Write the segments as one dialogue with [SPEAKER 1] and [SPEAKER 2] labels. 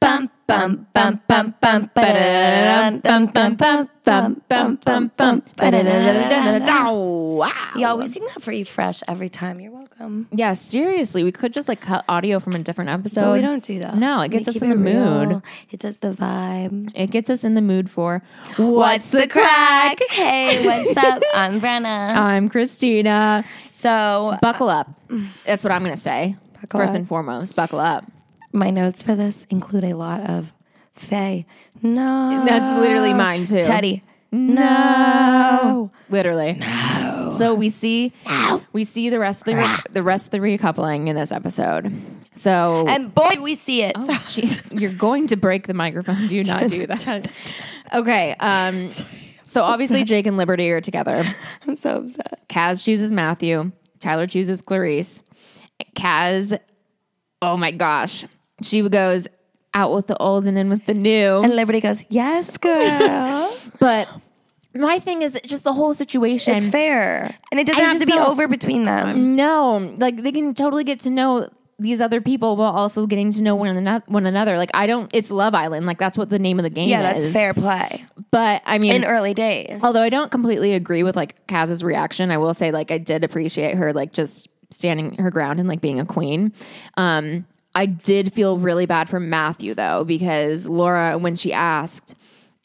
[SPEAKER 1] Bum, bum, bum, bum, bum, ba-da-da-dum, bum, bum, bum, bum, bum, bum, bum, ba-da-da-da-da-da-da.
[SPEAKER 2] Wow.
[SPEAKER 1] Y'all, we sing that for you fresh every time. You're welcome.
[SPEAKER 2] Yeah, seriously, we could just like cut audio from a different episode.
[SPEAKER 1] But we don't do that.
[SPEAKER 2] Oh, No, it
[SPEAKER 1] We
[SPEAKER 2] gets us
[SPEAKER 1] keep
[SPEAKER 2] in the
[SPEAKER 1] it real.
[SPEAKER 2] mood.
[SPEAKER 1] It does the vibe.
[SPEAKER 2] It gets us in the mood for
[SPEAKER 1] What's the crack? Hey, what's up? I'm Brenna.
[SPEAKER 2] I'm Christina.
[SPEAKER 1] So,
[SPEAKER 2] Buckle up. That's what I'm going to say.
[SPEAKER 1] Buckle
[SPEAKER 2] First
[SPEAKER 1] up.
[SPEAKER 2] and foremost, buckle up.
[SPEAKER 1] my notes for this include a lot of Faye. No.
[SPEAKER 2] That's literally mine too.
[SPEAKER 1] Uh, Teddy. No.
[SPEAKER 2] Literally. So we see we see the rest of the re- the rest of the recoupling in this episode. So
[SPEAKER 1] And boy, we see
[SPEAKER 2] Oh,
[SPEAKER 1] it. So-
[SPEAKER 2] Gee, you're going to break the microphone. Do not do that. Okay. Um, so obviously, Jake and Liberty are together.
[SPEAKER 1] I'm so upset.
[SPEAKER 2] Kaz chooses Matthew. Tyler chooses Clarice. Kaz, oh my gosh, she goes out with the old and in with the new.
[SPEAKER 1] And Liberty goes, Yes, girl.
[SPEAKER 2] But my thing is just the whole situation.
[SPEAKER 1] it's fair. And it doesn't
[SPEAKER 2] I
[SPEAKER 1] have to
[SPEAKER 2] just
[SPEAKER 1] be
[SPEAKER 2] don't-
[SPEAKER 1] over between them.
[SPEAKER 2] No, like they can totally get to know these other people while also getting to know one another. One another. Like I don't. It's Love Island. Like that's what the name of the game
[SPEAKER 1] Yeah,
[SPEAKER 2] is.
[SPEAKER 1] that's fair play
[SPEAKER 2] But I mean,
[SPEAKER 1] in early days.
[SPEAKER 2] although I don't completely agree with like Kaz's reaction, I will say like I did appreciate her like just standing her ground and like being a queen. Um, I did feel really bad for Matthew though because Laura when she asked.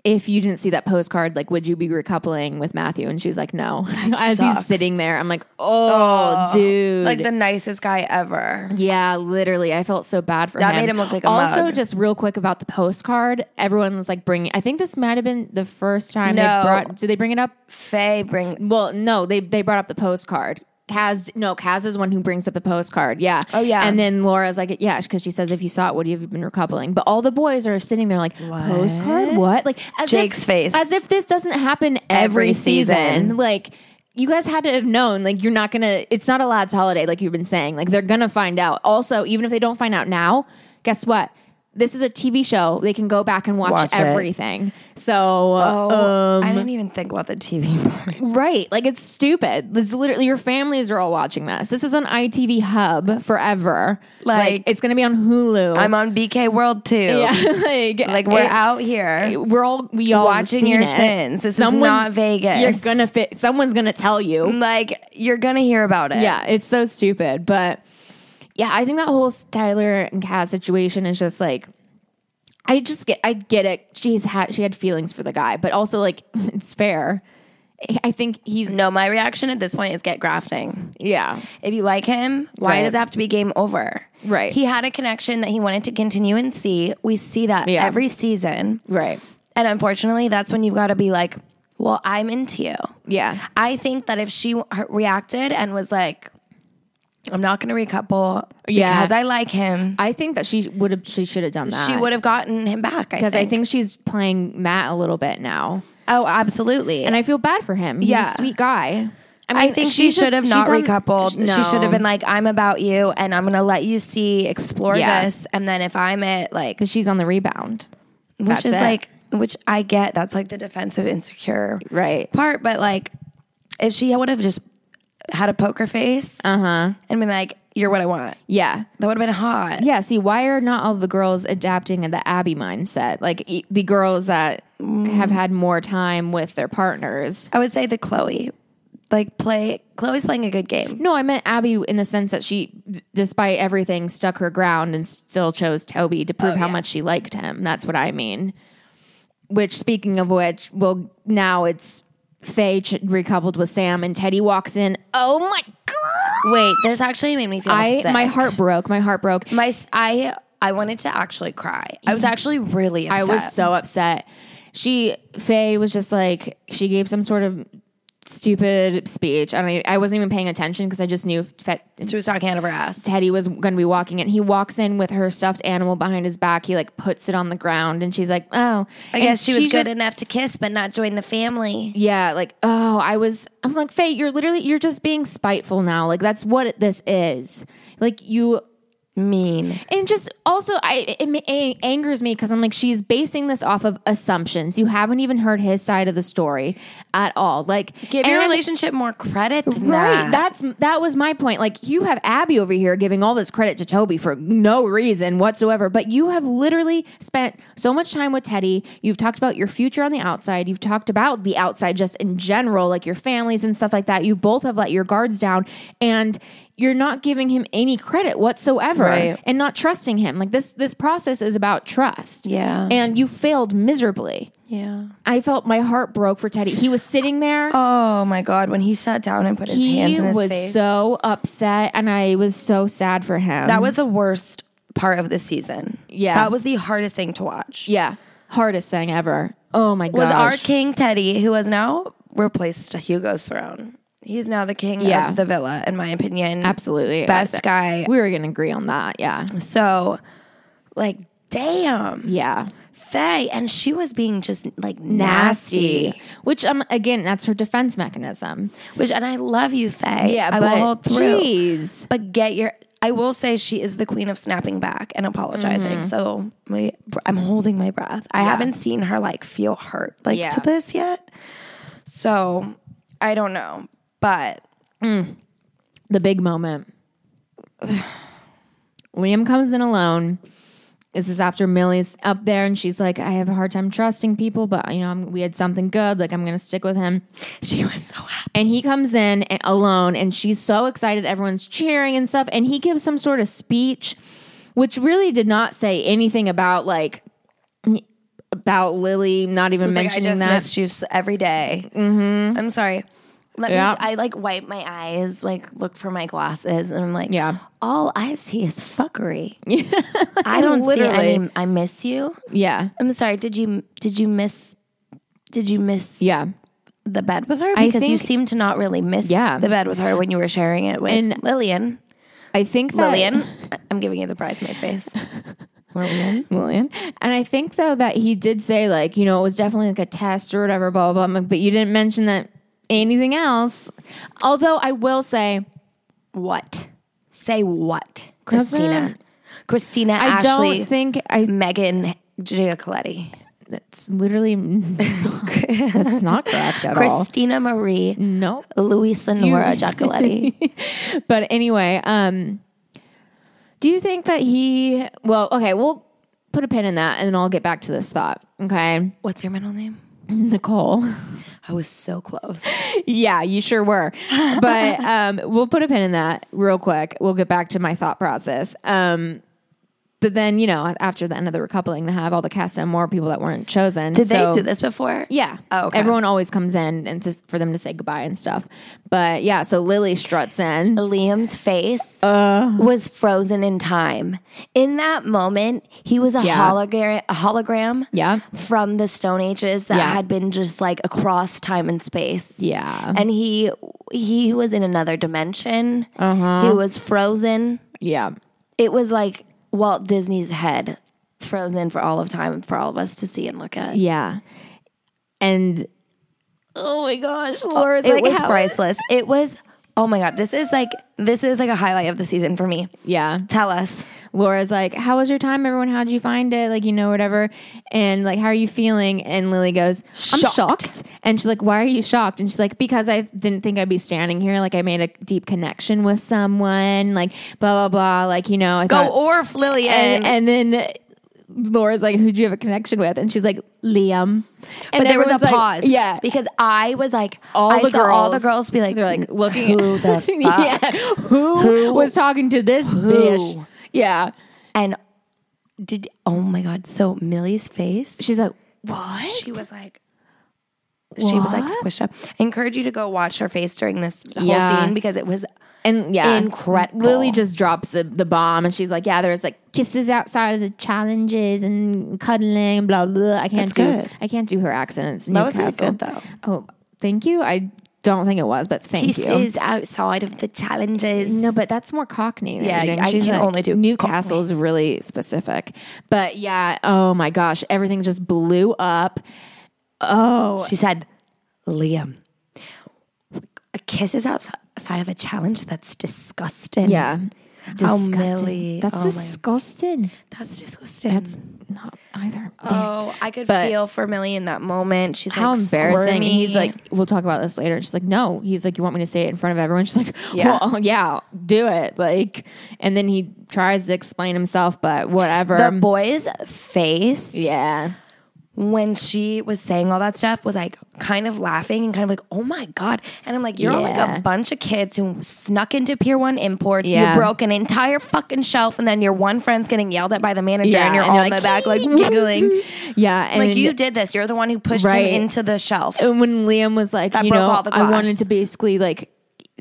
[SPEAKER 2] If you didn't see that postcard, like, would you be recoupling with Matthew? And she was like, "No." As he's
[SPEAKER 1] sucks.
[SPEAKER 2] sitting there, I'm like, "Oh, dude!"
[SPEAKER 1] like the nicest guy ever.
[SPEAKER 2] Yeah, literally. I felt so bad for
[SPEAKER 1] That
[SPEAKER 2] him.
[SPEAKER 1] made him look like a
[SPEAKER 2] Also,
[SPEAKER 1] mug.
[SPEAKER 2] just real quick about the postcard. Everyone was like bringing. I think this might have been the first time
[SPEAKER 1] No.
[SPEAKER 2] they brought. Did they bring it up?
[SPEAKER 1] Faye bring
[SPEAKER 2] Well, no. They they brought up the postcard. Kaz, no, Kaz is one who brings up the postcard. Yeah.
[SPEAKER 1] Oh, yeah.
[SPEAKER 2] And then Laura's like, yeah, because she says, if you saw it, would you have been recoupling? But all the boys are sitting there like, postcard? What? Like, as
[SPEAKER 1] Jake's
[SPEAKER 2] if,
[SPEAKER 1] face.
[SPEAKER 2] As if this doesn't happen every,
[SPEAKER 1] Every
[SPEAKER 2] season.
[SPEAKER 1] season.
[SPEAKER 2] Like, you guys had to have known, like, you're not gonna, it's not a lad's holiday, like you've been saying. Like, they're gonna find out. Also, even if they don't find out now, guess what? This is a TV show. They can go back and watch,
[SPEAKER 1] Watch it.
[SPEAKER 2] everything. So,
[SPEAKER 1] Oh,
[SPEAKER 2] Um,
[SPEAKER 1] I didn't even think about the TV part.
[SPEAKER 2] Right. Like it's stupid. It's literally your families are all watching this. This is on ITV Hub forever. Like,
[SPEAKER 1] Like-
[SPEAKER 2] it's gonna be on Hulu.
[SPEAKER 1] I'm on BK World too.
[SPEAKER 2] yeah, like,
[SPEAKER 1] Like we're
[SPEAKER 2] it-
[SPEAKER 1] out here.
[SPEAKER 2] We're all we all
[SPEAKER 1] Watching
[SPEAKER 2] seen
[SPEAKER 1] your
[SPEAKER 2] it.
[SPEAKER 1] sins. This is not Vegas.
[SPEAKER 2] You're gonna fit. Someone's gonna tell you.
[SPEAKER 1] Like you're gonna hear about it.
[SPEAKER 2] Yeah, it's so stupid. But yeah, I think that whole Tyler and Kaz situation is just like. I just get, I get it. She's had, she had feelings for the guy, but also like, it's fair. I think he's,
[SPEAKER 1] No, my reaction at this point is get grafting.
[SPEAKER 2] yeah,
[SPEAKER 1] If you like him, why
[SPEAKER 2] Right.
[SPEAKER 1] does it have to be game over?
[SPEAKER 2] Right.
[SPEAKER 1] He had a connection that he wanted to continue and see. We see that
[SPEAKER 2] Yeah.
[SPEAKER 1] every season.
[SPEAKER 2] right,
[SPEAKER 1] And unfortunately, that's when you've got to be like, well, I'm into you.
[SPEAKER 2] yeah,
[SPEAKER 1] I think that if she w- her- reacted and was like, I'm not going to recouple
[SPEAKER 2] Yeah.
[SPEAKER 1] because I like him,
[SPEAKER 2] I think that she would have. She should have done that.
[SPEAKER 1] she would have gotten him back. I
[SPEAKER 2] because I
[SPEAKER 1] think.
[SPEAKER 2] think she's playing Matt a little bit now,
[SPEAKER 1] Oh, absolutely.
[SPEAKER 2] and I feel bad for him. He's
[SPEAKER 1] Yeah.
[SPEAKER 2] a sweet guy. I
[SPEAKER 1] I think she
[SPEAKER 2] she's
[SPEAKER 1] should
[SPEAKER 2] just-
[SPEAKER 1] have not
[SPEAKER 2] she's on-
[SPEAKER 1] recoupled. She
[SPEAKER 2] No.
[SPEAKER 1] should have been like, I'm about you and I'm going to let you see, explore
[SPEAKER 2] Yeah.
[SPEAKER 1] this. And then if I'm at like,
[SPEAKER 2] because she's on the rebound,
[SPEAKER 1] which
[SPEAKER 2] That's
[SPEAKER 1] is
[SPEAKER 2] it.
[SPEAKER 1] like, which I get, that's like the defensive insecure
[SPEAKER 2] right?
[SPEAKER 1] part. But like, if she would have just had a poker face
[SPEAKER 2] Uh-huh.
[SPEAKER 1] and been like, you're what I want,
[SPEAKER 2] Yeah,
[SPEAKER 1] that would have been hot.
[SPEAKER 2] yeah. See, why are not all the girls adapting the Abby mindset? Like e- the girls that
[SPEAKER 1] Mm.
[SPEAKER 2] have had more time with their partners.
[SPEAKER 1] I would say the Chloe, like play, Chloe's playing a good game.
[SPEAKER 2] No, I meant Abby in the sense that she, d- despite everything, stuck her ground and still chose Toby to prove how much she liked him. That's what I mean. Which, speaking of which, well, now it's Faye ch- recoupled with Sam, and Teddy walks in. Oh my god!
[SPEAKER 1] Wait, this actually made me feel
[SPEAKER 2] I
[SPEAKER 1] sick.
[SPEAKER 2] my heart broke. My heart broke.
[SPEAKER 1] my, s- I, I wanted to actually cry. I was actually really upset.
[SPEAKER 2] I was so upset. She Faye was just like she gave some sort of stupid speech. I mean, I wasn't even paying attention because I just knew Fe-
[SPEAKER 1] She was talking out of her ass.
[SPEAKER 2] Teddy was going to be walking in. He walks in with her stuffed animal behind his back. He like puts it on the ground and she's like, "Oh."
[SPEAKER 1] I guess she was good
[SPEAKER 2] Just,
[SPEAKER 1] enough to kiss, but not join the family.
[SPEAKER 2] yeah, like, "Oh, I was I'm like, "Faye, you're literally you're just being spiteful now. Like that's what this is." Like you
[SPEAKER 1] mean.
[SPEAKER 2] And just also, I it, ma- a- angers me because I'm like, she's basing this off of assumptions. You haven't even heard his side of the story at all. Like,
[SPEAKER 1] Give your
[SPEAKER 2] Aaron-
[SPEAKER 1] relationship more credit than
[SPEAKER 2] Right,
[SPEAKER 1] that.
[SPEAKER 2] that's that was my point. Like you have Abby over here giving all this credit to Toby for no reason whatsoever, but you have literally spent so much time with Teddy. You've talked about your future on the outside. You've talked about the outside just in general, like your families and stuff like that. You both have let your guards down, and you're not giving him any credit whatsoever,
[SPEAKER 1] Right.
[SPEAKER 2] and not trusting him. Like this, this process is about trust.
[SPEAKER 1] Yeah.
[SPEAKER 2] and you failed miserably.
[SPEAKER 1] yeah.
[SPEAKER 2] I felt my heart broke for Teddy. He was sitting there
[SPEAKER 1] Oh my god, when he sat down and put his
[SPEAKER 2] he
[SPEAKER 1] hands in his
[SPEAKER 2] was
[SPEAKER 1] face.
[SPEAKER 2] so upset and i was so sad for him
[SPEAKER 1] that was the worst part of the season.
[SPEAKER 2] Yeah.
[SPEAKER 1] That was the hardest thing to watch.
[SPEAKER 2] yeah hardest thing ever oh my gosh
[SPEAKER 1] Was our king Teddy, who has now replaced Hugo's throne. He's now the king
[SPEAKER 2] Yeah.
[SPEAKER 1] of the villa, in my opinion.
[SPEAKER 2] absolutely
[SPEAKER 1] Best guy.
[SPEAKER 2] we were gonna agree on that yeah
[SPEAKER 1] So, like, damn,
[SPEAKER 2] yeah
[SPEAKER 1] Faye. And she was being just like nasty.
[SPEAKER 2] which um again that's her defense mechanism
[SPEAKER 1] Which, and I love you, Faye.
[SPEAKER 2] yeah
[SPEAKER 1] I
[SPEAKER 2] but
[SPEAKER 1] will hold through.
[SPEAKER 2] jeez
[SPEAKER 1] But get your. I will say she is the queen of snapping back and apologizing.
[SPEAKER 2] Mm-hmm.
[SPEAKER 1] So my, I'm holding my breath. I haven't seen her like feel hurt like
[SPEAKER 2] Yeah.
[SPEAKER 1] to this yet. So I don't know, but
[SPEAKER 2] the big moment william comes in alone this is after Millie's up there and she's like, I have a hard time trusting people, but you know, I'm, we had something good. Like, I'm going to stick with him.
[SPEAKER 1] she was so happy.
[SPEAKER 2] And he comes in and, alone, and she's so excited. Everyone's cheering and stuff. And he gives some sort of speech, which really did not say anything about like n- about Lily. Not even
[SPEAKER 1] Like, I
[SPEAKER 2] mentioning
[SPEAKER 1] just
[SPEAKER 2] that.
[SPEAKER 1] miss you s- every day. I'm sorry. Let
[SPEAKER 2] Yeah.
[SPEAKER 1] me. I like wipe my eyes, like look for my glasses, and I'm like,
[SPEAKER 2] Yeah.
[SPEAKER 1] All I see is fuckery. I don't see
[SPEAKER 2] Literally.
[SPEAKER 1] any. I miss you.
[SPEAKER 2] yeah,
[SPEAKER 1] I'm sorry. Did you did you miss did you miss
[SPEAKER 2] yeah.
[SPEAKER 1] the bed with her? Because you
[SPEAKER 2] think-
[SPEAKER 1] seem to not really miss
[SPEAKER 2] Yeah.
[SPEAKER 1] the bed with her when you were sharing it with
[SPEAKER 2] And-
[SPEAKER 1] Lillian.
[SPEAKER 2] I think that
[SPEAKER 1] Lillian, I- I'm giving you the bridesmaid's face. Lillian,
[SPEAKER 2] Lillian. And I think though that he did say like, you know, it was definitely like a test or whatever, blah blah. blah. I'm like, but you didn't mention that anything else. Although I will say,
[SPEAKER 1] what? Say what, Christina? Christina,
[SPEAKER 2] I
[SPEAKER 1] Ashley,
[SPEAKER 2] don't think I.
[SPEAKER 1] Megan, Giacoletti,
[SPEAKER 2] That's literally that's not correct at all.
[SPEAKER 1] Christina Marie,
[SPEAKER 2] No.
[SPEAKER 1] Luisa Nora Giacoletti.
[SPEAKER 2] But anyway, um, do you think that he? Well, okay, we'll put a pin in that, and then I'll get back to this thought. Okay,
[SPEAKER 1] What's your middle name?
[SPEAKER 2] Nicole.
[SPEAKER 1] I was so close.
[SPEAKER 2] yeah, you sure were. But um, we'll put a pin in that real quick. We'll get back to my thought process. Um, but then you know, after the end of the recoupling, they have all the cast and more people that weren't chosen.
[SPEAKER 1] Did
[SPEAKER 2] so-
[SPEAKER 1] they do this before?
[SPEAKER 2] Yeah.
[SPEAKER 1] Oh, okay.
[SPEAKER 2] Everyone always comes in and to, for them to say goodbye and stuff. But yeah, so Lily struts in.
[SPEAKER 1] Liam's face was frozen in time. In that moment, he was a,
[SPEAKER 2] Yeah.
[SPEAKER 1] hologram, a hologram
[SPEAKER 2] Yeah.
[SPEAKER 1] from the Stone Ages that
[SPEAKER 2] Yeah.
[SPEAKER 1] had been just like across time and space.
[SPEAKER 2] Yeah.
[SPEAKER 1] And he he was in another dimension.
[SPEAKER 2] Uh-huh.
[SPEAKER 1] He was frozen.
[SPEAKER 2] Yeah.
[SPEAKER 1] It was like Walt Disney's head frozen for all of time for all of us to see and look at.
[SPEAKER 2] Yeah. And oh my gosh, Laura's
[SPEAKER 1] it
[SPEAKER 2] like,
[SPEAKER 1] was
[SPEAKER 2] how-
[SPEAKER 1] priceless. It was oh my god, this is like this is like a highlight of the season for me.
[SPEAKER 2] yeah.
[SPEAKER 1] Tell us.
[SPEAKER 2] Laura's like, how was your time, everyone? How'd you find it? Like, you know, whatever. And like, how are you feeling? And Lily goes, I'm shocked.
[SPEAKER 1] Shocked.
[SPEAKER 2] And she's like, why are you shocked? And she's like, because I didn't think I'd be standing here. Like, I made a deep connection with someone. Like, blah blah blah. Like, you know, I
[SPEAKER 1] Go
[SPEAKER 2] thought-
[SPEAKER 1] Orf, Lillian.
[SPEAKER 2] and and then Laura's like, "Who do you have a connection with?" And she's like, "Liam." And
[SPEAKER 1] but there was a
[SPEAKER 2] everyone's like-
[SPEAKER 1] pause.
[SPEAKER 2] yeah,
[SPEAKER 1] Because I was like,
[SPEAKER 2] All
[SPEAKER 1] I
[SPEAKER 2] the
[SPEAKER 1] saw all the
[SPEAKER 2] girls-
[SPEAKER 1] girls be like,
[SPEAKER 2] they're like looking.
[SPEAKER 1] who the fuck?
[SPEAKER 2] yeah, who, was talking to this bitch? Yeah,
[SPEAKER 1] And did, oh my God. So Millie's face,
[SPEAKER 2] she's like, "What?"
[SPEAKER 1] she was like, she was like
[SPEAKER 2] What?
[SPEAKER 1] squished up. I encourage you to go watch her face during this whole
[SPEAKER 2] Yeah.
[SPEAKER 1] scene because it was
[SPEAKER 2] And yeah,
[SPEAKER 1] Incredible.
[SPEAKER 2] Lily just drops the, the bomb, and she's like, "Yeah, there was like kisses outside of the challenges and cuddling, blah blah." I can't
[SPEAKER 1] That's
[SPEAKER 2] do
[SPEAKER 1] good.
[SPEAKER 2] I can't do her accents.
[SPEAKER 1] That was really
[SPEAKER 2] Newcastle.
[SPEAKER 1] good, though.
[SPEAKER 2] Oh, thank you. I don't think it was, but thank you.
[SPEAKER 1] pieces outside of the challenges.
[SPEAKER 2] No, but that's more Cockney. than
[SPEAKER 1] Yeah,
[SPEAKER 2] anything.
[SPEAKER 1] I
[SPEAKER 2] She's
[SPEAKER 1] can
[SPEAKER 2] like-
[SPEAKER 1] only do
[SPEAKER 2] Newcastle
[SPEAKER 1] Cockney.
[SPEAKER 2] is really specific, but yeah. Oh my gosh, everything just blew up.
[SPEAKER 1] She said, Liam, a kiss is outside of a challenge. That's disgusting.
[SPEAKER 2] Yeah,
[SPEAKER 1] Disgusting.
[SPEAKER 2] Disgusting. That's
[SPEAKER 1] Oh my-
[SPEAKER 2] disgusting.
[SPEAKER 1] That's disgusting.
[SPEAKER 2] That's not either.
[SPEAKER 1] oh, I could
[SPEAKER 2] But-
[SPEAKER 1] feel for Millie in that moment. She's
[SPEAKER 2] How
[SPEAKER 1] like
[SPEAKER 2] embarrassing. And
[SPEAKER 1] squirmy.
[SPEAKER 2] He's like, we'll talk about this later. And she's like, no. He's like, you want me to say it in front of everyone? She's like, yeah.
[SPEAKER 1] Yeah.
[SPEAKER 2] well, yeah, do it. Like, and then he tries to explain himself, but whatever.
[SPEAKER 1] the boy's face.
[SPEAKER 2] yeah.
[SPEAKER 1] when she was saying all that stuff was like kind of laughing and kind of like, oh my God. And I'm like, you're like
[SPEAKER 2] Yeah.
[SPEAKER 1] a bunch of kids who snuck into Pier One Imports.
[SPEAKER 2] Yeah.
[SPEAKER 1] You broke an entire fucking shelf and then your one friend's getting yelled at by the manager
[SPEAKER 2] Yeah.
[SPEAKER 1] and you're
[SPEAKER 2] and
[SPEAKER 1] all
[SPEAKER 2] they're
[SPEAKER 1] in the back like,
[SPEAKER 2] giggling. Yeah. And
[SPEAKER 1] like you did this. You're the one who pushed
[SPEAKER 2] Right. Oh,
[SPEAKER 1] him into the shelf.
[SPEAKER 2] and when Liam was like,
[SPEAKER 1] That
[SPEAKER 2] you
[SPEAKER 1] broke
[SPEAKER 2] know,
[SPEAKER 1] all the
[SPEAKER 2] I
[SPEAKER 1] glass.
[SPEAKER 2] wanted to basically like,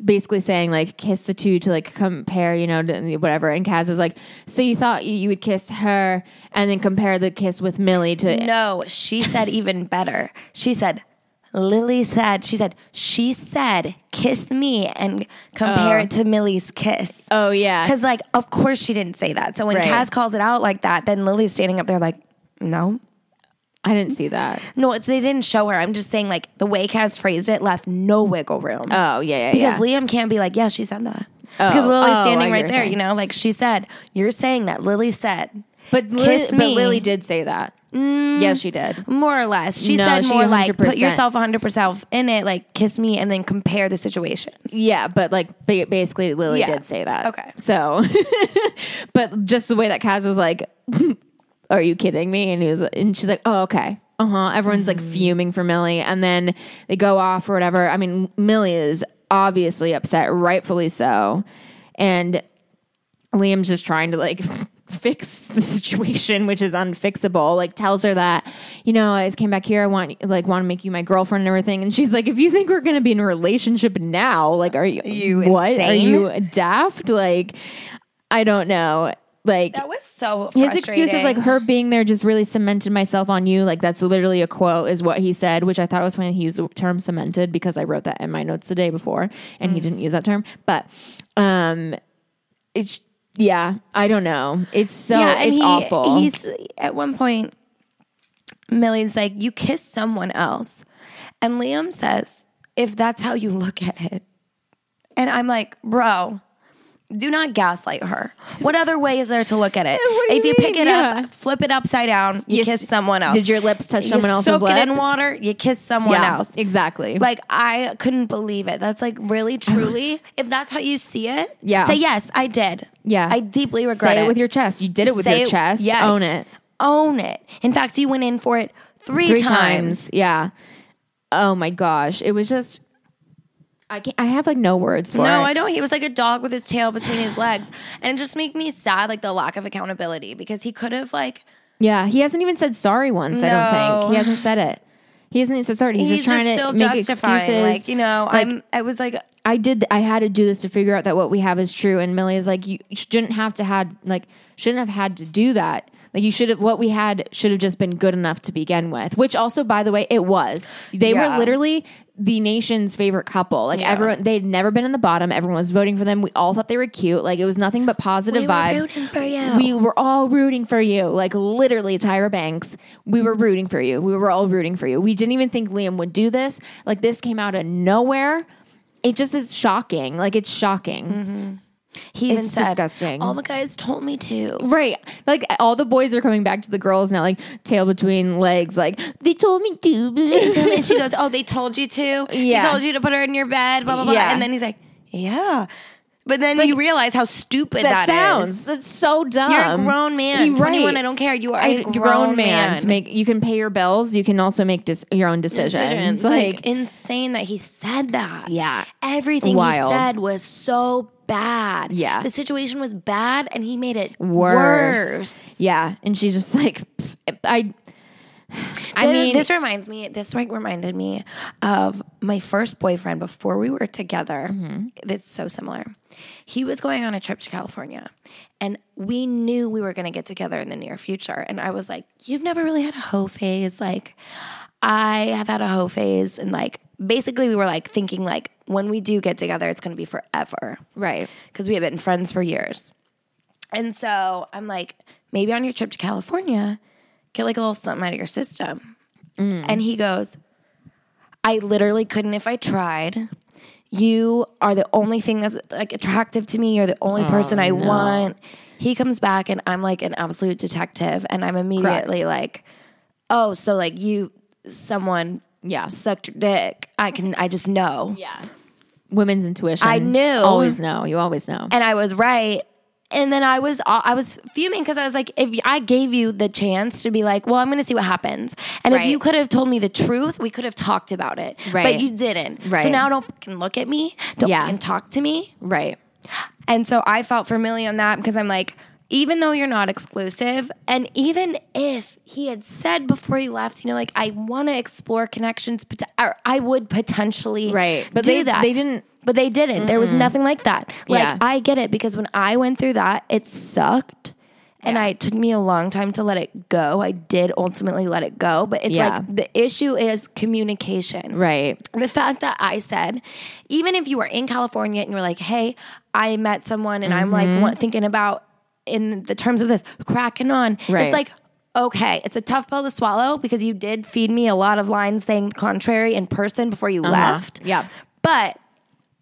[SPEAKER 2] basically saying like kiss the two to like compare, you know, to- whatever. And Kaz is like, so you thought you, you would kiss her and then compare the kiss with Millie to
[SPEAKER 1] No, she said even better. She said, Lily said, she said, she said, kiss me and compare it to Millie's kiss.
[SPEAKER 2] Oh yeah,
[SPEAKER 1] Because, like, of course she didn't say that. So when
[SPEAKER 2] Right.
[SPEAKER 1] Kaz calls it out like that, then Lily's standing up there like, no.
[SPEAKER 2] I didn't see that.
[SPEAKER 1] No, it- they didn't show her. I'm just saying, like, the way Kaz phrased it left no wiggle room.
[SPEAKER 2] Oh yeah, yeah,
[SPEAKER 1] because
[SPEAKER 2] yeah.
[SPEAKER 1] Liam can't be like, Mm-hmm. yeah, she said that. because Lily's
[SPEAKER 2] Oh, I
[SPEAKER 1] standing
[SPEAKER 2] get
[SPEAKER 1] right
[SPEAKER 2] what
[SPEAKER 1] there,
[SPEAKER 2] you're
[SPEAKER 1] you know? Like, she said, you're saying that. Lily said,
[SPEAKER 2] but
[SPEAKER 1] kiss
[SPEAKER 2] but
[SPEAKER 1] me.
[SPEAKER 2] Lily did say that.
[SPEAKER 1] Mm.
[SPEAKER 2] yes, she did.
[SPEAKER 1] more or less. She
[SPEAKER 2] No,
[SPEAKER 1] said
[SPEAKER 2] she
[SPEAKER 1] more like, put
[SPEAKER 2] 100%.
[SPEAKER 1] yourself 100% in it, like, kiss me, and then compare the situations.
[SPEAKER 2] Yeah, but like ba- basically, Lily
[SPEAKER 1] Yeah.
[SPEAKER 2] did say that.
[SPEAKER 1] Okay.
[SPEAKER 2] so but just the way that Kaz was like, "Are you kidding me?" and he was, and she's like, "Oh, okay." Uh huh. Everyone's
[SPEAKER 1] Mm-hmm.
[SPEAKER 2] like fuming for Millie, and then they go off or whatever. I mean, Millie is obviously upset, rightfully so, and Liam's just trying to like fix the situation, which is unfixable. Like tells her that, you know, I just came back here. I want like want to make you my girlfriend and everything. And she's like, if you think we're gonna be in a relationship now, like are you,
[SPEAKER 1] you
[SPEAKER 2] what
[SPEAKER 1] insane?
[SPEAKER 2] are you daft? Like I don't know. Like
[SPEAKER 1] That was so
[SPEAKER 2] his excuse is like her being there just really cemented myself on you. Like that's literally a quote is what he said, which I thought was funny. He used the term cemented because I wrote that in my notes the day before, and
[SPEAKER 1] Mm.
[SPEAKER 2] he didn't use that term. But um, it's yeah, I don't know. It's so
[SPEAKER 1] and
[SPEAKER 2] it's
[SPEAKER 1] he-
[SPEAKER 2] awful.
[SPEAKER 1] He's at one point, Millie's like, "You kissed someone else," and Liam says, "If that's how you look at it," and I'm like, "Bro." Do not gaslight her. What other way is there to look at it?
[SPEAKER 2] What do
[SPEAKER 1] if
[SPEAKER 2] you
[SPEAKER 1] you pick
[SPEAKER 2] mean?
[SPEAKER 1] it
[SPEAKER 2] Yeah.
[SPEAKER 1] up, flip it upside down, you,
[SPEAKER 2] You s-
[SPEAKER 1] kiss someone else.
[SPEAKER 2] Did your lips touch
[SPEAKER 1] You
[SPEAKER 2] someone else's
[SPEAKER 1] soak it in
[SPEAKER 2] lips?
[SPEAKER 1] water? You kiss someone
[SPEAKER 2] yeah,
[SPEAKER 1] else.
[SPEAKER 2] exactly.
[SPEAKER 1] Like I couldn't believe it. That's like really, truly. if that's how you see it,
[SPEAKER 2] Yeah.
[SPEAKER 1] Say yes, I did.
[SPEAKER 2] Yeah.
[SPEAKER 1] I deeply regret
[SPEAKER 2] say it with your chest. You did it with
[SPEAKER 1] Say
[SPEAKER 2] your
[SPEAKER 1] it-
[SPEAKER 2] chest.
[SPEAKER 1] yeah.
[SPEAKER 2] own it.
[SPEAKER 1] own it. In fact, you went in for it three,
[SPEAKER 2] three
[SPEAKER 1] times.
[SPEAKER 2] times. Yeah. Oh my gosh, it was just. I can't, I have like no words for it.
[SPEAKER 1] No, I don't. He was like a dog with his tail between his legs, and it just made me sad, like the lack of accountability, because he could have like
[SPEAKER 2] Yeah, he hasn't even said sorry once. I don't
[SPEAKER 1] No.
[SPEAKER 2] think he hasn't said it. He hasn't even said sorry. He's,
[SPEAKER 1] he's,
[SPEAKER 2] just trying
[SPEAKER 1] still
[SPEAKER 2] to make
[SPEAKER 1] justifying,
[SPEAKER 2] excuses.
[SPEAKER 1] like you know,
[SPEAKER 2] Like,
[SPEAKER 1] I'm. I was like,
[SPEAKER 2] I did. I had to do this to figure out that what we have is true. And Millie is like, you shouldn't have to had like shouldn't have had to do that. Like you should have. What we had should have just been good enough to begin with. Which also, by the way, it was. They
[SPEAKER 1] Yeah.
[SPEAKER 2] were literally the nation's favorite couple. Like everyone, they'd never been in the bottom. Everyone was voting for them. We all thought they were cute. Like it was nothing but positive
[SPEAKER 1] We were
[SPEAKER 2] vibes.
[SPEAKER 1] rooting for you.
[SPEAKER 2] We were all rooting for you. Like literally, Tyra Banks. We were rooting for you. We were all rooting for you. We didn't even think Liam would do this. Like this came out of nowhere it just is shocking. Like it's shocking,
[SPEAKER 1] Mm-hmm. he even
[SPEAKER 2] It's
[SPEAKER 1] said,
[SPEAKER 2] disgusting.
[SPEAKER 1] All the guys told me to.
[SPEAKER 2] right? Like all the boys are coming back to the girls now, like tail between legs. Like they told me to.
[SPEAKER 1] And she goes, "Oh, they told you to.
[SPEAKER 2] Yeah.
[SPEAKER 1] They told you to put her in your bed." Blah blah blah.
[SPEAKER 2] Yeah.
[SPEAKER 1] And then he's like, "Yeah." But then you realize how stupid
[SPEAKER 2] that
[SPEAKER 1] that is.
[SPEAKER 2] sounds. That's so dumb.
[SPEAKER 1] You're a grown man.
[SPEAKER 2] You're right.
[SPEAKER 1] 21, I don't care. You are
[SPEAKER 2] I-
[SPEAKER 1] a grown, man.
[SPEAKER 2] To make you can pay your bills. You can also make dis- your own decisions.
[SPEAKER 1] decisions.
[SPEAKER 2] Like,
[SPEAKER 1] Like, insane that he said that.
[SPEAKER 2] Yeah.
[SPEAKER 1] Everything
[SPEAKER 2] Wild.
[SPEAKER 1] he said was so bad.
[SPEAKER 2] Yeah.
[SPEAKER 1] The situation was bad and he made it
[SPEAKER 2] worse.
[SPEAKER 1] worse.
[SPEAKER 2] Yeah, and she's just like, pff, I. I
[SPEAKER 1] Th-
[SPEAKER 2] mean,
[SPEAKER 1] this reminds me. This like reminded me of my first boyfriend before we were together.
[SPEAKER 2] Mm-hmm.
[SPEAKER 1] That's so similar. He was going on a trip to California, and we knew we were going to get together in the near future. And I was like, "You've never really had a hoe phase, like I have had a hoe phase." And like, basically, we were like thinking like, when we do get together, it's going to be forever
[SPEAKER 2] right?
[SPEAKER 1] because we had been friends for years. And so I'm like, maybe on your trip to California, get like a little something out of your
[SPEAKER 2] Mm.
[SPEAKER 1] system. And he goes, I literally couldn't if I tried. You are the only thing that's like attractive to me. You're the
[SPEAKER 2] Oh,
[SPEAKER 1] only person I want. He comes back and I'm like an absolute detective and I'm immediately like, oh, so like you someone
[SPEAKER 2] Yeah.
[SPEAKER 1] sucked your dick. I can I just know.
[SPEAKER 2] Yeah. Women's intuition.
[SPEAKER 1] I knew.
[SPEAKER 2] Always know. You always know.
[SPEAKER 1] and I was right. And then I was uh, I was fuming because I was like, if I gave you the chance to be like, well, I'm going to see what happens, and
[SPEAKER 2] Right.
[SPEAKER 1] if you could have told me the truth, we could have talked about it,
[SPEAKER 2] Right.
[SPEAKER 1] but you didn't.
[SPEAKER 2] Right.
[SPEAKER 1] So now don't fucking look at me, don't
[SPEAKER 2] Yeah.
[SPEAKER 1] fucking talk to me.
[SPEAKER 2] right.
[SPEAKER 1] And so I felt for Millie on that because I'm like, even though you're not exclusive, and even if he had said before he left, you know, like I want to explore connections, pot- or I would potentially
[SPEAKER 2] Right. But
[SPEAKER 1] do
[SPEAKER 2] they-
[SPEAKER 1] that.
[SPEAKER 2] they didn't-
[SPEAKER 1] but they didn't. There was nothing like that. Like
[SPEAKER 2] Mm-hmm. Yeah.
[SPEAKER 1] I get it because when I went through that, it sucked. And I, it took me a long time to let it go. I did ultimately let it go, but it's
[SPEAKER 2] Yeah.
[SPEAKER 1] like the issue is communication
[SPEAKER 2] Right.
[SPEAKER 1] the fact that I said, even if you were in California and you were like, hey, I met someone and I'm
[SPEAKER 2] Mm-hmm.
[SPEAKER 1] like wa- thinking about in the terms of this cracking on,
[SPEAKER 2] Right.
[SPEAKER 1] it's like, okay, it's a tough pill to swallow because you did feed me a lot of lines saying contrary in person before you left.
[SPEAKER 2] Uh-huh. Yeah.
[SPEAKER 1] But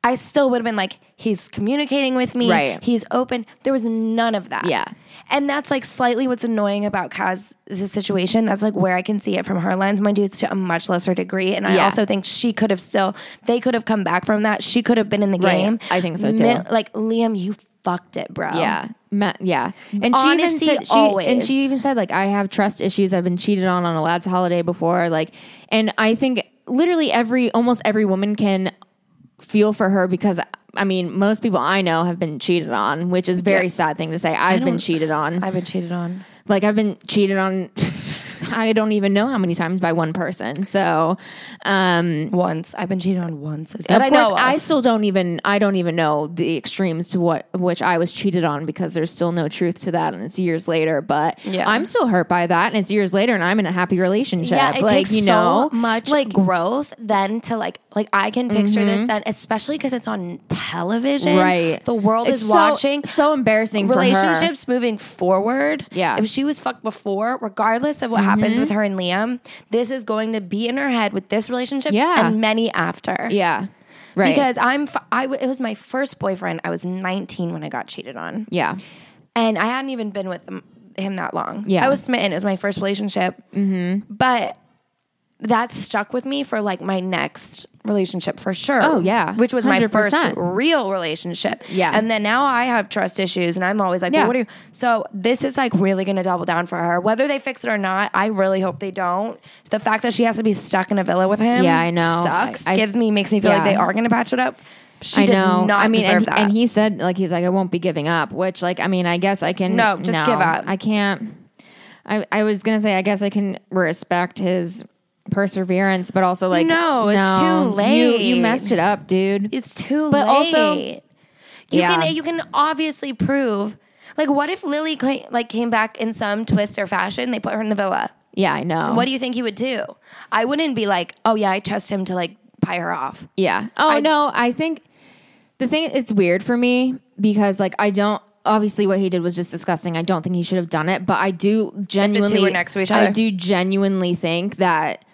[SPEAKER 1] I still would have been like, he's communicating with me.
[SPEAKER 2] Right.
[SPEAKER 1] He's open. There was none of that.
[SPEAKER 2] Yeah.
[SPEAKER 1] And that's like slightly what's annoying about Kaz's situation. That's like where I can see it from her lens. My dude's to a much lesser degree. And I
[SPEAKER 2] Yeah.
[SPEAKER 1] also think she could have still, they could have come back from that. She could have been in the
[SPEAKER 2] Right.
[SPEAKER 1] game.
[SPEAKER 2] I think so, too.
[SPEAKER 1] like, Liam, you fucked it, bro.
[SPEAKER 2] Yeah. Ma- yeah. And
[SPEAKER 1] Oh. Honesty
[SPEAKER 2] she even said she and
[SPEAKER 1] always.
[SPEAKER 2] she even said like I have trust issues. I've been cheated on on a lad's holiday before like and I think literally every almost every woman can feel for her because I mean most people I know have been cheated on, which is a very sad thing to say. I've been cheated on.
[SPEAKER 1] I've been cheated on.
[SPEAKER 2] like I've been cheated on I don't even know how many times by one person. So, um
[SPEAKER 1] Once. I've been cheated on once. Is that
[SPEAKER 2] of
[SPEAKER 1] I
[SPEAKER 2] course,
[SPEAKER 1] know. of.
[SPEAKER 2] I still don't even I don't even know the extremes to what of which I was cheated on because there's still no truth to that, and it's years later. But
[SPEAKER 1] Yeah.
[SPEAKER 2] I'm still hurt by that, and it's years later, and I'm in a happy relationship.
[SPEAKER 1] Yeah, it
[SPEAKER 2] like
[SPEAKER 1] takes
[SPEAKER 2] you know,
[SPEAKER 1] so much
[SPEAKER 2] like Mm-hmm.
[SPEAKER 1] like growth then to like like I can picture this then, especially because it's on television.
[SPEAKER 2] right,
[SPEAKER 1] the world
[SPEAKER 2] It's
[SPEAKER 1] is
[SPEAKER 2] so-
[SPEAKER 1] watching.
[SPEAKER 2] So embarrassing. for her.
[SPEAKER 1] Relationships moving forward.
[SPEAKER 2] Yeah. Mm-hmm.
[SPEAKER 1] If she was fucked before, regardless of what happens with her and Liam, this is going to be in her head with this relationship
[SPEAKER 2] Yeah.
[SPEAKER 1] and many after.
[SPEAKER 2] Yeah. Right.
[SPEAKER 1] Because I'm, f- I w- it was my first boyfriend. I was 19 when I got cheated on
[SPEAKER 2] yeah.
[SPEAKER 1] and I hadn't even been with him, him that long.
[SPEAKER 2] Yeah. Mm-hmm.
[SPEAKER 1] I was smitten. It was my first relationship, but that stuck with me for like my next relationship for sure.
[SPEAKER 2] Oh, yeah.
[SPEAKER 1] which was my first
[SPEAKER 2] 100%.
[SPEAKER 1] real relationship.
[SPEAKER 2] Yeah.
[SPEAKER 1] and then now I have trust issues, and I'm always like,
[SPEAKER 2] Yeah.
[SPEAKER 1] well, what are you? So this is like really going to double down for her, whether they fix it or not. I really hope they don't. The fact that she has to be stuck in a villa with him,
[SPEAKER 2] Yeah, I know.
[SPEAKER 1] sucks.
[SPEAKER 2] I- I-
[SPEAKER 1] gives me makes me feel like
[SPEAKER 2] yeah.
[SPEAKER 1] they are going to patch it up. She
[SPEAKER 2] I
[SPEAKER 1] does
[SPEAKER 2] know.
[SPEAKER 1] not
[SPEAKER 2] I mean,
[SPEAKER 1] deserve
[SPEAKER 2] and,
[SPEAKER 1] that.
[SPEAKER 2] and he said like he's like I won't be giving up, which like I mean I guess I can.
[SPEAKER 1] No, just give up.
[SPEAKER 2] I can't. I I was gonna say I guess I can respect his perseverance, but also like
[SPEAKER 1] No, it's
[SPEAKER 2] no,
[SPEAKER 1] too
[SPEAKER 2] You, you
[SPEAKER 1] late.
[SPEAKER 2] messed it up, dude.
[SPEAKER 1] It's too
[SPEAKER 2] But
[SPEAKER 1] but
[SPEAKER 2] also-
[SPEAKER 1] late. you
[SPEAKER 2] Yeah.
[SPEAKER 1] can you can obviously prove. Like, what if Lily ca- like came back in some twist or fashion? They put her in the villa.
[SPEAKER 2] Yeah, I know.
[SPEAKER 1] What do you think he would do? I wouldn't be like, oh yeah, I trust him to like pie her off.
[SPEAKER 2] Yeah. Oh no, I think the thing it's weird for me because like I don't obviously what he did was just disgusting. I don't think he should have done it, but I do genuinely
[SPEAKER 1] were next to each
[SPEAKER 2] I
[SPEAKER 1] other.
[SPEAKER 2] do genuinely think that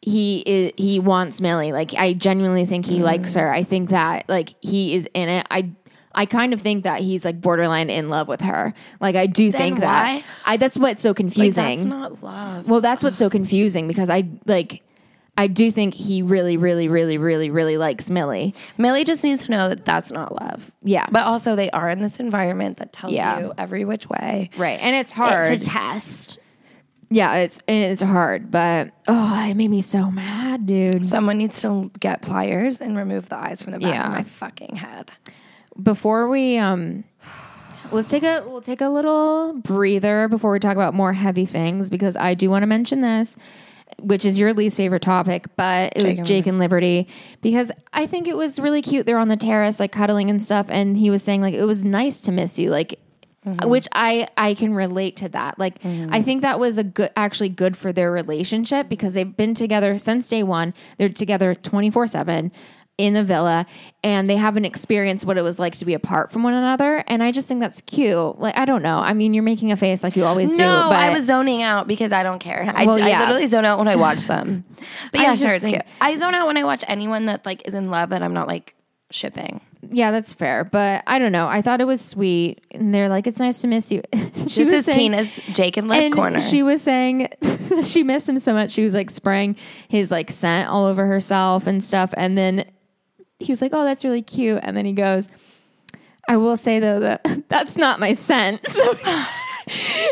[SPEAKER 2] he is, he wants Millie. Like I genuinely think he likes her. I think that like he is in it. I I kind of think that he's like borderline in love with her. Like I do think that
[SPEAKER 1] why?
[SPEAKER 2] I that's what's so
[SPEAKER 1] Like,
[SPEAKER 2] confusing.
[SPEAKER 1] that's not love.
[SPEAKER 2] Well, that's what's so confusing because I like I do think he really, really, really, really, really likes Millie.
[SPEAKER 1] Millie just needs to know that that's not love.
[SPEAKER 2] Yeah.
[SPEAKER 1] but also they are in this environment that tells
[SPEAKER 2] Yeah.
[SPEAKER 1] you every which way.
[SPEAKER 2] Right. And it's hard.
[SPEAKER 1] It's a test.
[SPEAKER 2] yeah, it's and it's hard, but oh, it made me so mad, dude.
[SPEAKER 1] Someone needs to get pliers and remove the eyes from the back
[SPEAKER 2] Yeah.
[SPEAKER 1] of my fucking head.
[SPEAKER 2] Before we um let's take a we'll take a little breather before we talk about more heavy things because I do want to mention this. Which is your least favorite topic, but it was Jake and Liberty because I think it was really cute. They're on the terrace, like cuddling and stuff, and he was saying like it was nice to miss you, like which I I can relate to that. Like I think that was a good actually good for their relationship because they've been together since day 1. They're together 24/7 in the villa and they haven't experienced what it was like to be apart from one another and I just think that's cute. Like I don't know. I mean, you're making a face like you always do,
[SPEAKER 1] No,
[SPEAKER 2] but
[SPEAKER 1] I was zoning out because I don't care. I,
[SPEAKER 2] Well,
[SPEAKER 1] I
[SPEAKER 2] yeah.
[SPEAKER 1] literally zone out when I watch them. But
[SPEAKER 2] I
[SPEAKER 1] yeah,
[SPEAKER 2] was
[SPEAKER 1] sure,
[SPEAKER 2] just
[SPEAKER 1] it's
[SPEAKER 2] think-
[SPEAKER 1] cute. I zone out when I watch anyone that like is in love that I'm not like shipping.
[SPEAKER 2] Yeah, that's fair. But I don't know. I thought it was sweet. And they're like, it's nice to miss you. she
[SPEAKER 1] This
[SPEAKER 2] was
[SPEAKER 1] is
[SPEAKER 2] saying-
[SPEAKER 1] Tina's Jake and Lip
[SPEAKER 2] and
[SPEAKER 1] corner.
[SPEAKER 2] She was saying she missed him so much. She was like spraying his like scent all over herself and stuff. And then he was like, "Oh, that's really cute." And then he goes, "I will say though that that's not my scent." So-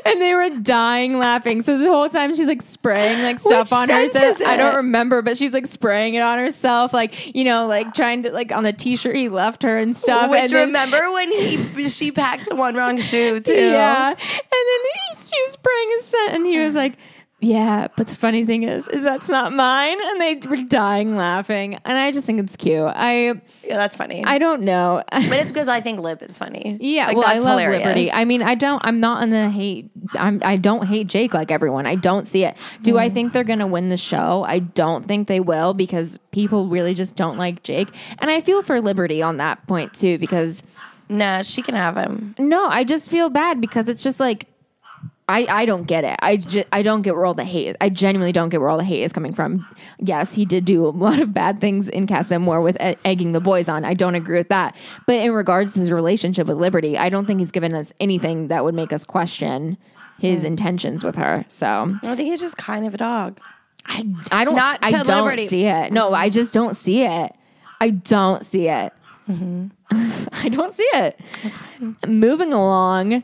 [SPEAKER 2] and they were dying laughing. So the whole time she's like spraying like stuff
[SPEAKER 1] Which
[SPEAKER 2] on herself.
[SPEAKER 1] scent is
[SPEAKER 2] I don't
[SPEAKER 1] it?
[SPEAKER 2] remember, but she's like spraying it on herself, like you know, like trying to like on the t-shirt he left her and stuff. and
[SPEAKER 1] Which
[SPEAKER 2] then-
[SPEAKER 1] remember when he she packed one wrong shoe too?
[SPEAKER 2] yeah. And then he, she was spraying his scent, and he was like, "Yeah, but the funny thing is, is that's not mine." And they were dying laughing, and I just think it's cute. I
[SPEAKER 1] Yeah, that's funny.
[SPEAKER 2] I don't know.
[SPEAKER 1] but it's because I think Lip is funny.
[SPEAKER 2] Yeah,
[SPEAKER 1] Like,
[SPEAKER 2] well, I
[SPEAKER 1] that's
[SPEAKER 2] love
[SPEAKER 1] hilarious.
[SPEAKER 2] Liberty. I mean, I don't. I'm not in the hate. I'm. I don't hate Jake like everyone. I don't see it. Do
[SPEAKER 1] Mm.
[SPEAKER 2] I think they're gonna win the show? I don't think they will because people really just don't like Jake, and I feel for Liberty on that point too because
[SPEAKER 1] nah, she can have him.
[SPEAKER 2] No, I just feel bad because it's just like I, I don't get it. I ju- I don't get where all the hate. I genuinely don't get where all the hate is coming from. Yes, he did do a lot of bad things in Casa More with e- egging the boys on. I don't agree with that. But in regards to his relationship with Liberty, I don't think he's given us anything that would make us question his intentions with her. So
[SPEAKER 1] I think he's just kind of a dog.
[SPEAKER 2] I I don't
[SPEAKER 1] Not
[SPEAKER 2] I
[SPEAKER 1] to
[SPEAKER 2] don't
[SPEAKER 1] Liberty.
[SPEAKER 2] see it. No, I just don't see it. I don't see it. Mm-hmm. I don't see it. Moving along,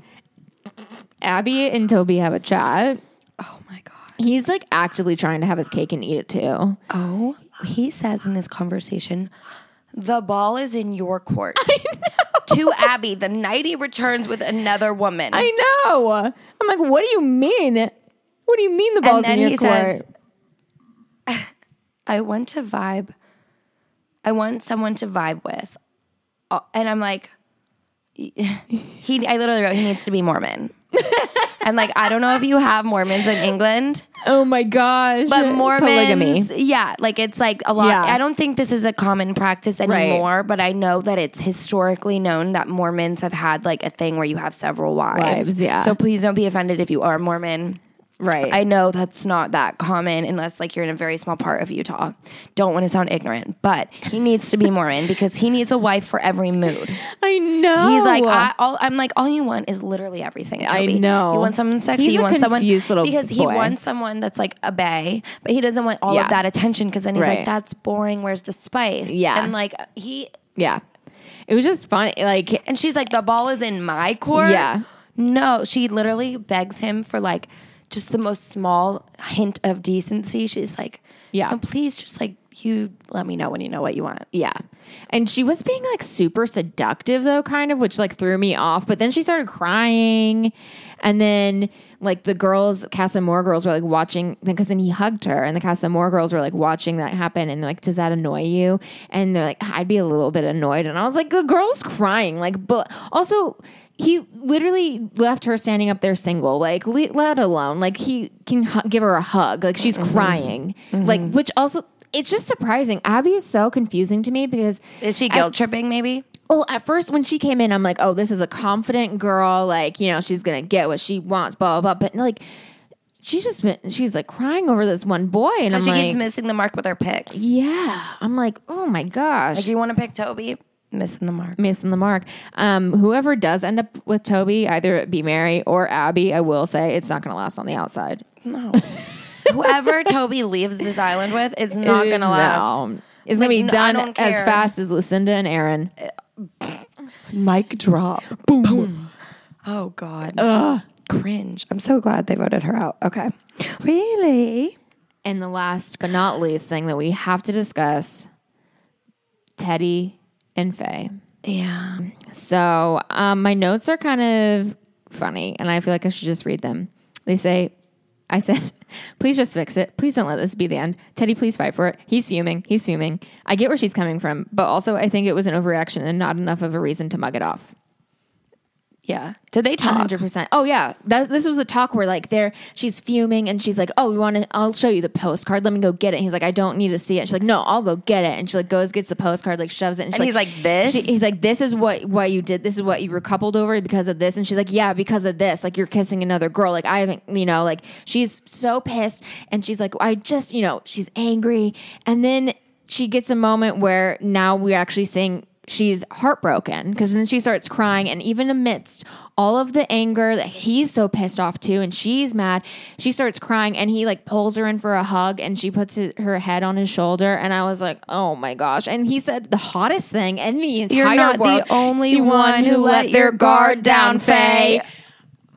[SPEAKER 2] Abby and Toby have a chat.
[SPEAKER 1] Oh my god.
[SPEAKER 2] He's like actively trying to have his cake and eat it too.
[SPEAKER 1] Oh, he says in this conversation, the ball is in your court. To Abby, the night he returns with another woman.
[SPEAKER 2] I know. I'm like, what do you mean? What do you mean the
[SPEAKER 1] and
[SPEAKER 2] ball's
[SPEAKER 1] then
[SPEAKER 2] in your
[SPEAKER 1] he
[SPEAKER 2] court?
[SPEAKER 1] says, I want to vibe. I want someone to vibe with. Uh, And I'm like, he, I literally wrote, he needs to be Mormon. and like, I don't know if you have Mormons in England,
[SPEAKER 2] oh my gosh.
[SPEAKER 1] but Mormons,
[SPEAKER 2] polygamy.
[SPEAKER 1] yeah, like it's like a lot.
[SPEAKER 2] Yeah.
[SPEAKER 1] I don't think this is a common practice anymore, but I know that it's historically known that Mormons have had like a thing where you have several wives.
[SPEAKER 2] Wives, yeah.
[SPEAKER 1] So please don't be offended if you are Mormon.
[SPEAKER 2] Right.
[SPEAKER 1] I know that's not that common unless like you're in a very small part of Utah. Don't want to sound ignorant, but he needs to be Mormon because he needs a wife for every mood.
[SPEAKER 2] I know.
[SPEAKER 1] He's like, I, all, I'm like, all you want is literally everything.
[SPEAKER 2] Oh. I
[SPEAKER 1] Toby.
[SPEAKER 2] know.
[SPEAKER 1] You want someone sexy.
[SPEAKER 2] He's
[SPEAKER 1] you
[SPEAKER 2] a
[SPEAKER 1] want someone
[SPEAKER 2] confused little
[SPEAKER 1] because he
[SPEAKER 2] boy.
[SPEAKER 1] wants someone that's like a bay, but he doesn't want all
[SPEAKER 2] Yeah.
[SPEAKER 1] of that attention because then he's
[SPEAKER 2] Right.
[SPEAKER 1] like, that's boring. Where's the spice?
[SPEAKER 2] Yeah.
[SPEAKER 1] and like he
[SPEAKER 2] yeah. It was just funny. Like
[SPEAKER 1] and she's like, the ball is in my court.
[SPEAKER 2] Yeah.
[SPEAKER 1] No, she literally begs him for like just the most small hint of decency. She's like,
[SPEAKER 2] Yeah.
[SPEAKER 1] "No, please just like you let me know when you know what you want.
[SPEAKER 2] Yeah. And she was being like super seductive though, kind of, which like threw me off. But then she started crying. And then like the girls, Casa Moore girls were like watching because then he hugged her and the Casa Moore girls were like watching that happen and they're like, Does that annoy you? And they're like, I'd be a little bit annoyed. And I was like, the girl's crying. Like, but also he literally left her standing up there single, like le- let alone like he can hu- give her a hug, like she's crying, like which also it's just surprising. Abby is so confusing to me because
[SPEAKER 1] Is she guilt tripping maybe?
[SPEAKER 2] well, at first when she came in, I'm like, oh, this is a confident girl, like you know she's gonna get what she wants, blah blah. blah. But like she's just been, she's like crying over this one boy, and I'm
[SPEAKER 1] She
[SPEAKER 2] like,
[SPEAKER 1] keeps missing the mark with her picks.
[SPEAKER 2] yeah, I'm like, oh my gosh,
[SPEAKER 1] Do you want to pick Toby? Missing the mark.
[SPEAKER 2] missing the mark. Um, whoever does end up with Toby, either it be Mary or Abby, I will say it's not going to last on the outside.
[SPEAKER 1] No. Whoever Toby leaves this island with, it's not
[SPEAKER 2] It's
[SPEAKER 1] going to last.
[SPEAKER 2] no. It's going to be
[SPEAKER 1] no, I
[SPEAKER 2] done
[SPEAKER 1] don't
[SPEAKER 2] as
[SPEAKER 1] care.
[SPEAKER 2] fast as Lucinda and Aaron.
[SPEAKER 1] Mic drop. Boom. Oh God. Cringe. I'm so glad they voted her out. Okay. Really?
[SPEAKER 2] And the last but not least thing that we have to discuss Teddy and Faye.
[SPEAKER 1] Yeah.
[SPEAKER 2] So um, my notes are kind of funny, and I feel like I should just read them. They say, I said, please just fix it. Please don't let this be the end. Teddy, please fight for it. He's fuming. He's fuming. I get where she's coming from, but also I think it was an overreaction and not enough of a reason to mug it off.
[SPEAKER 1] Yeah. Did they talk?
[SPEAKER 2] Hundred percent. Oh yeah, that, this was the talk where like there she's fuming and she's like, "Oh, you want to? I'll show you the postcard. Let me go get it." And he's like, "I don't need to see it." She's like, "No, I'll go get it." And she like goes gets the postcard, like shoves it, and, she's
[SPEAKER 1] And he's like, "This?"
[SPEAKER 2] he's like, "This is what why you did. This is what you were coupled over because of this." And she's like, "Yeah, because of this. Like you're kissing another girl. Like I haven't, you know, like she's so pissed and she's like, I just, you know, she's angry. And then she gets a moment where now we're actually seeing she's heartbroken because then she starts crying and even amidst all of the anger that he's so pissed off too and she's mad she starts crying and he like pulls her in for a hug and she puts his, her head on his shoulder and i was like oh my gosh and he said the hottest thing in the entire
[SPEAKER 1] You're not
[SPEAKER 2] world
[SPEAKER 1] the only
[SPEAKER 2] "The
[SPEAKER 1] one who let your guard down, Faye."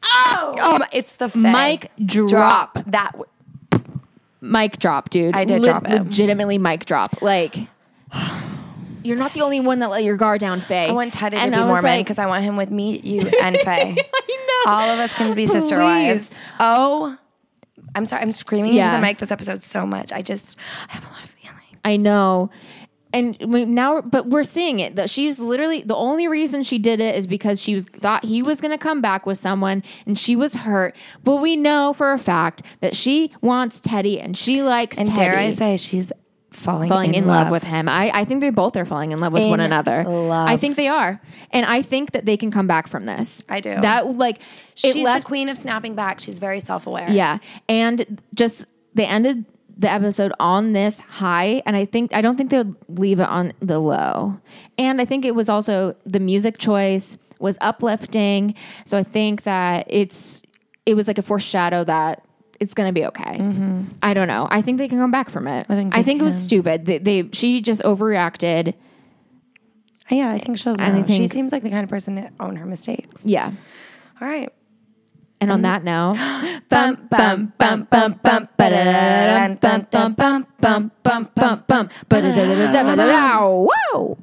[SPEAKER 2] oh
[SPEAKER 1] Oh, my- it's the Faye.
[SPEAKER 2] mic drop.
[SPEAKER 1] that. W-
[SPEAKER 2] mic drop, dude.
[SPEAKER 1] I did drop it.
[SPEAKER 2] Legitimately mic drop. Like you're not the only one that let your guard down, Faye.
[SPEAKER 1] I want Teddy
[SPEAKER 2] And
[SPEAKER 1] to be
[SPEAKER 2] I was
[SPEAKER 1] Mormon
[SPEAKER 2] like,
[SPEAKER 1] because I want him with me, you, and Faye.
[SPEAKER 2] I know.
[SPEAKER 1] All of us can be sister wives.
[SPEAKER 2] Please.
[SPEAKER 1] Oh, I'm sorry. I'm screaming
[SPEAKER 2] Yeah.
[SPEAKER 1] into the mic this episode so much. I just I have a lot of feelings.
[SPEAKER 2] I know. And we now, but we're seeing it that she's literally the only reason she did it is because she was thought he was going to come back with someone and she was hurt. But we know for a fact that she wants Teddy and she likes
[SPEAKER 1] And
[SPEAKER 2] Teddy.
[SPEAKER 1] dare I say, she's falling,
[SPEAKER 2] falling in, love. with him. I, I think they both are falling in love with one
[SPEAKER 1] In
[SPEAKER 2] another.
[SPEAKER 1] love.
[SPEAKER 2] I think they are. And I think that they can come back from this.
[SPEAKER 1] I do.
[SPEAKER 2] That like
[SPEAKER 1] She's
[SPEAKER 2] it left
[SPEAKER 1] the queen of snapping back. She's very self aware.
[SPEAKER 2] Yeah. And just they ended the episode on this high and I think I don't think they'll leave it on the low. And I think it was also the music choice was uplifting. So I think that it's it was like a foreshadow that it's gonna be okay. I don't know. I think they can come back from it. I
[SPEAKER 1] think
[SPEAKER 2] I
[SPEAKER 1] they
[SPEAKER 2] think it was stupid. They, they she just overreacted.
[SPEAKER 1] Yeah, I think she'll.
[SPEAKER 2] And I
[SPEAKER 1] know. she
[SPEAKER 2] think-
[SPEAKER 1] seems like the kind of person to own her mistakes.
[SPEAKER 2] Yeah.
[SPEAKER 1] All right.
[SPEAKER 2] And on that note,
[SPEAKER 1] Bum, Mm-hmm. bum, bum, bum, bum, ba-da-da-dum, bum, bum, bum, bum, bum, bum, bum, ba-da-da-da-da-da-da. Whoa.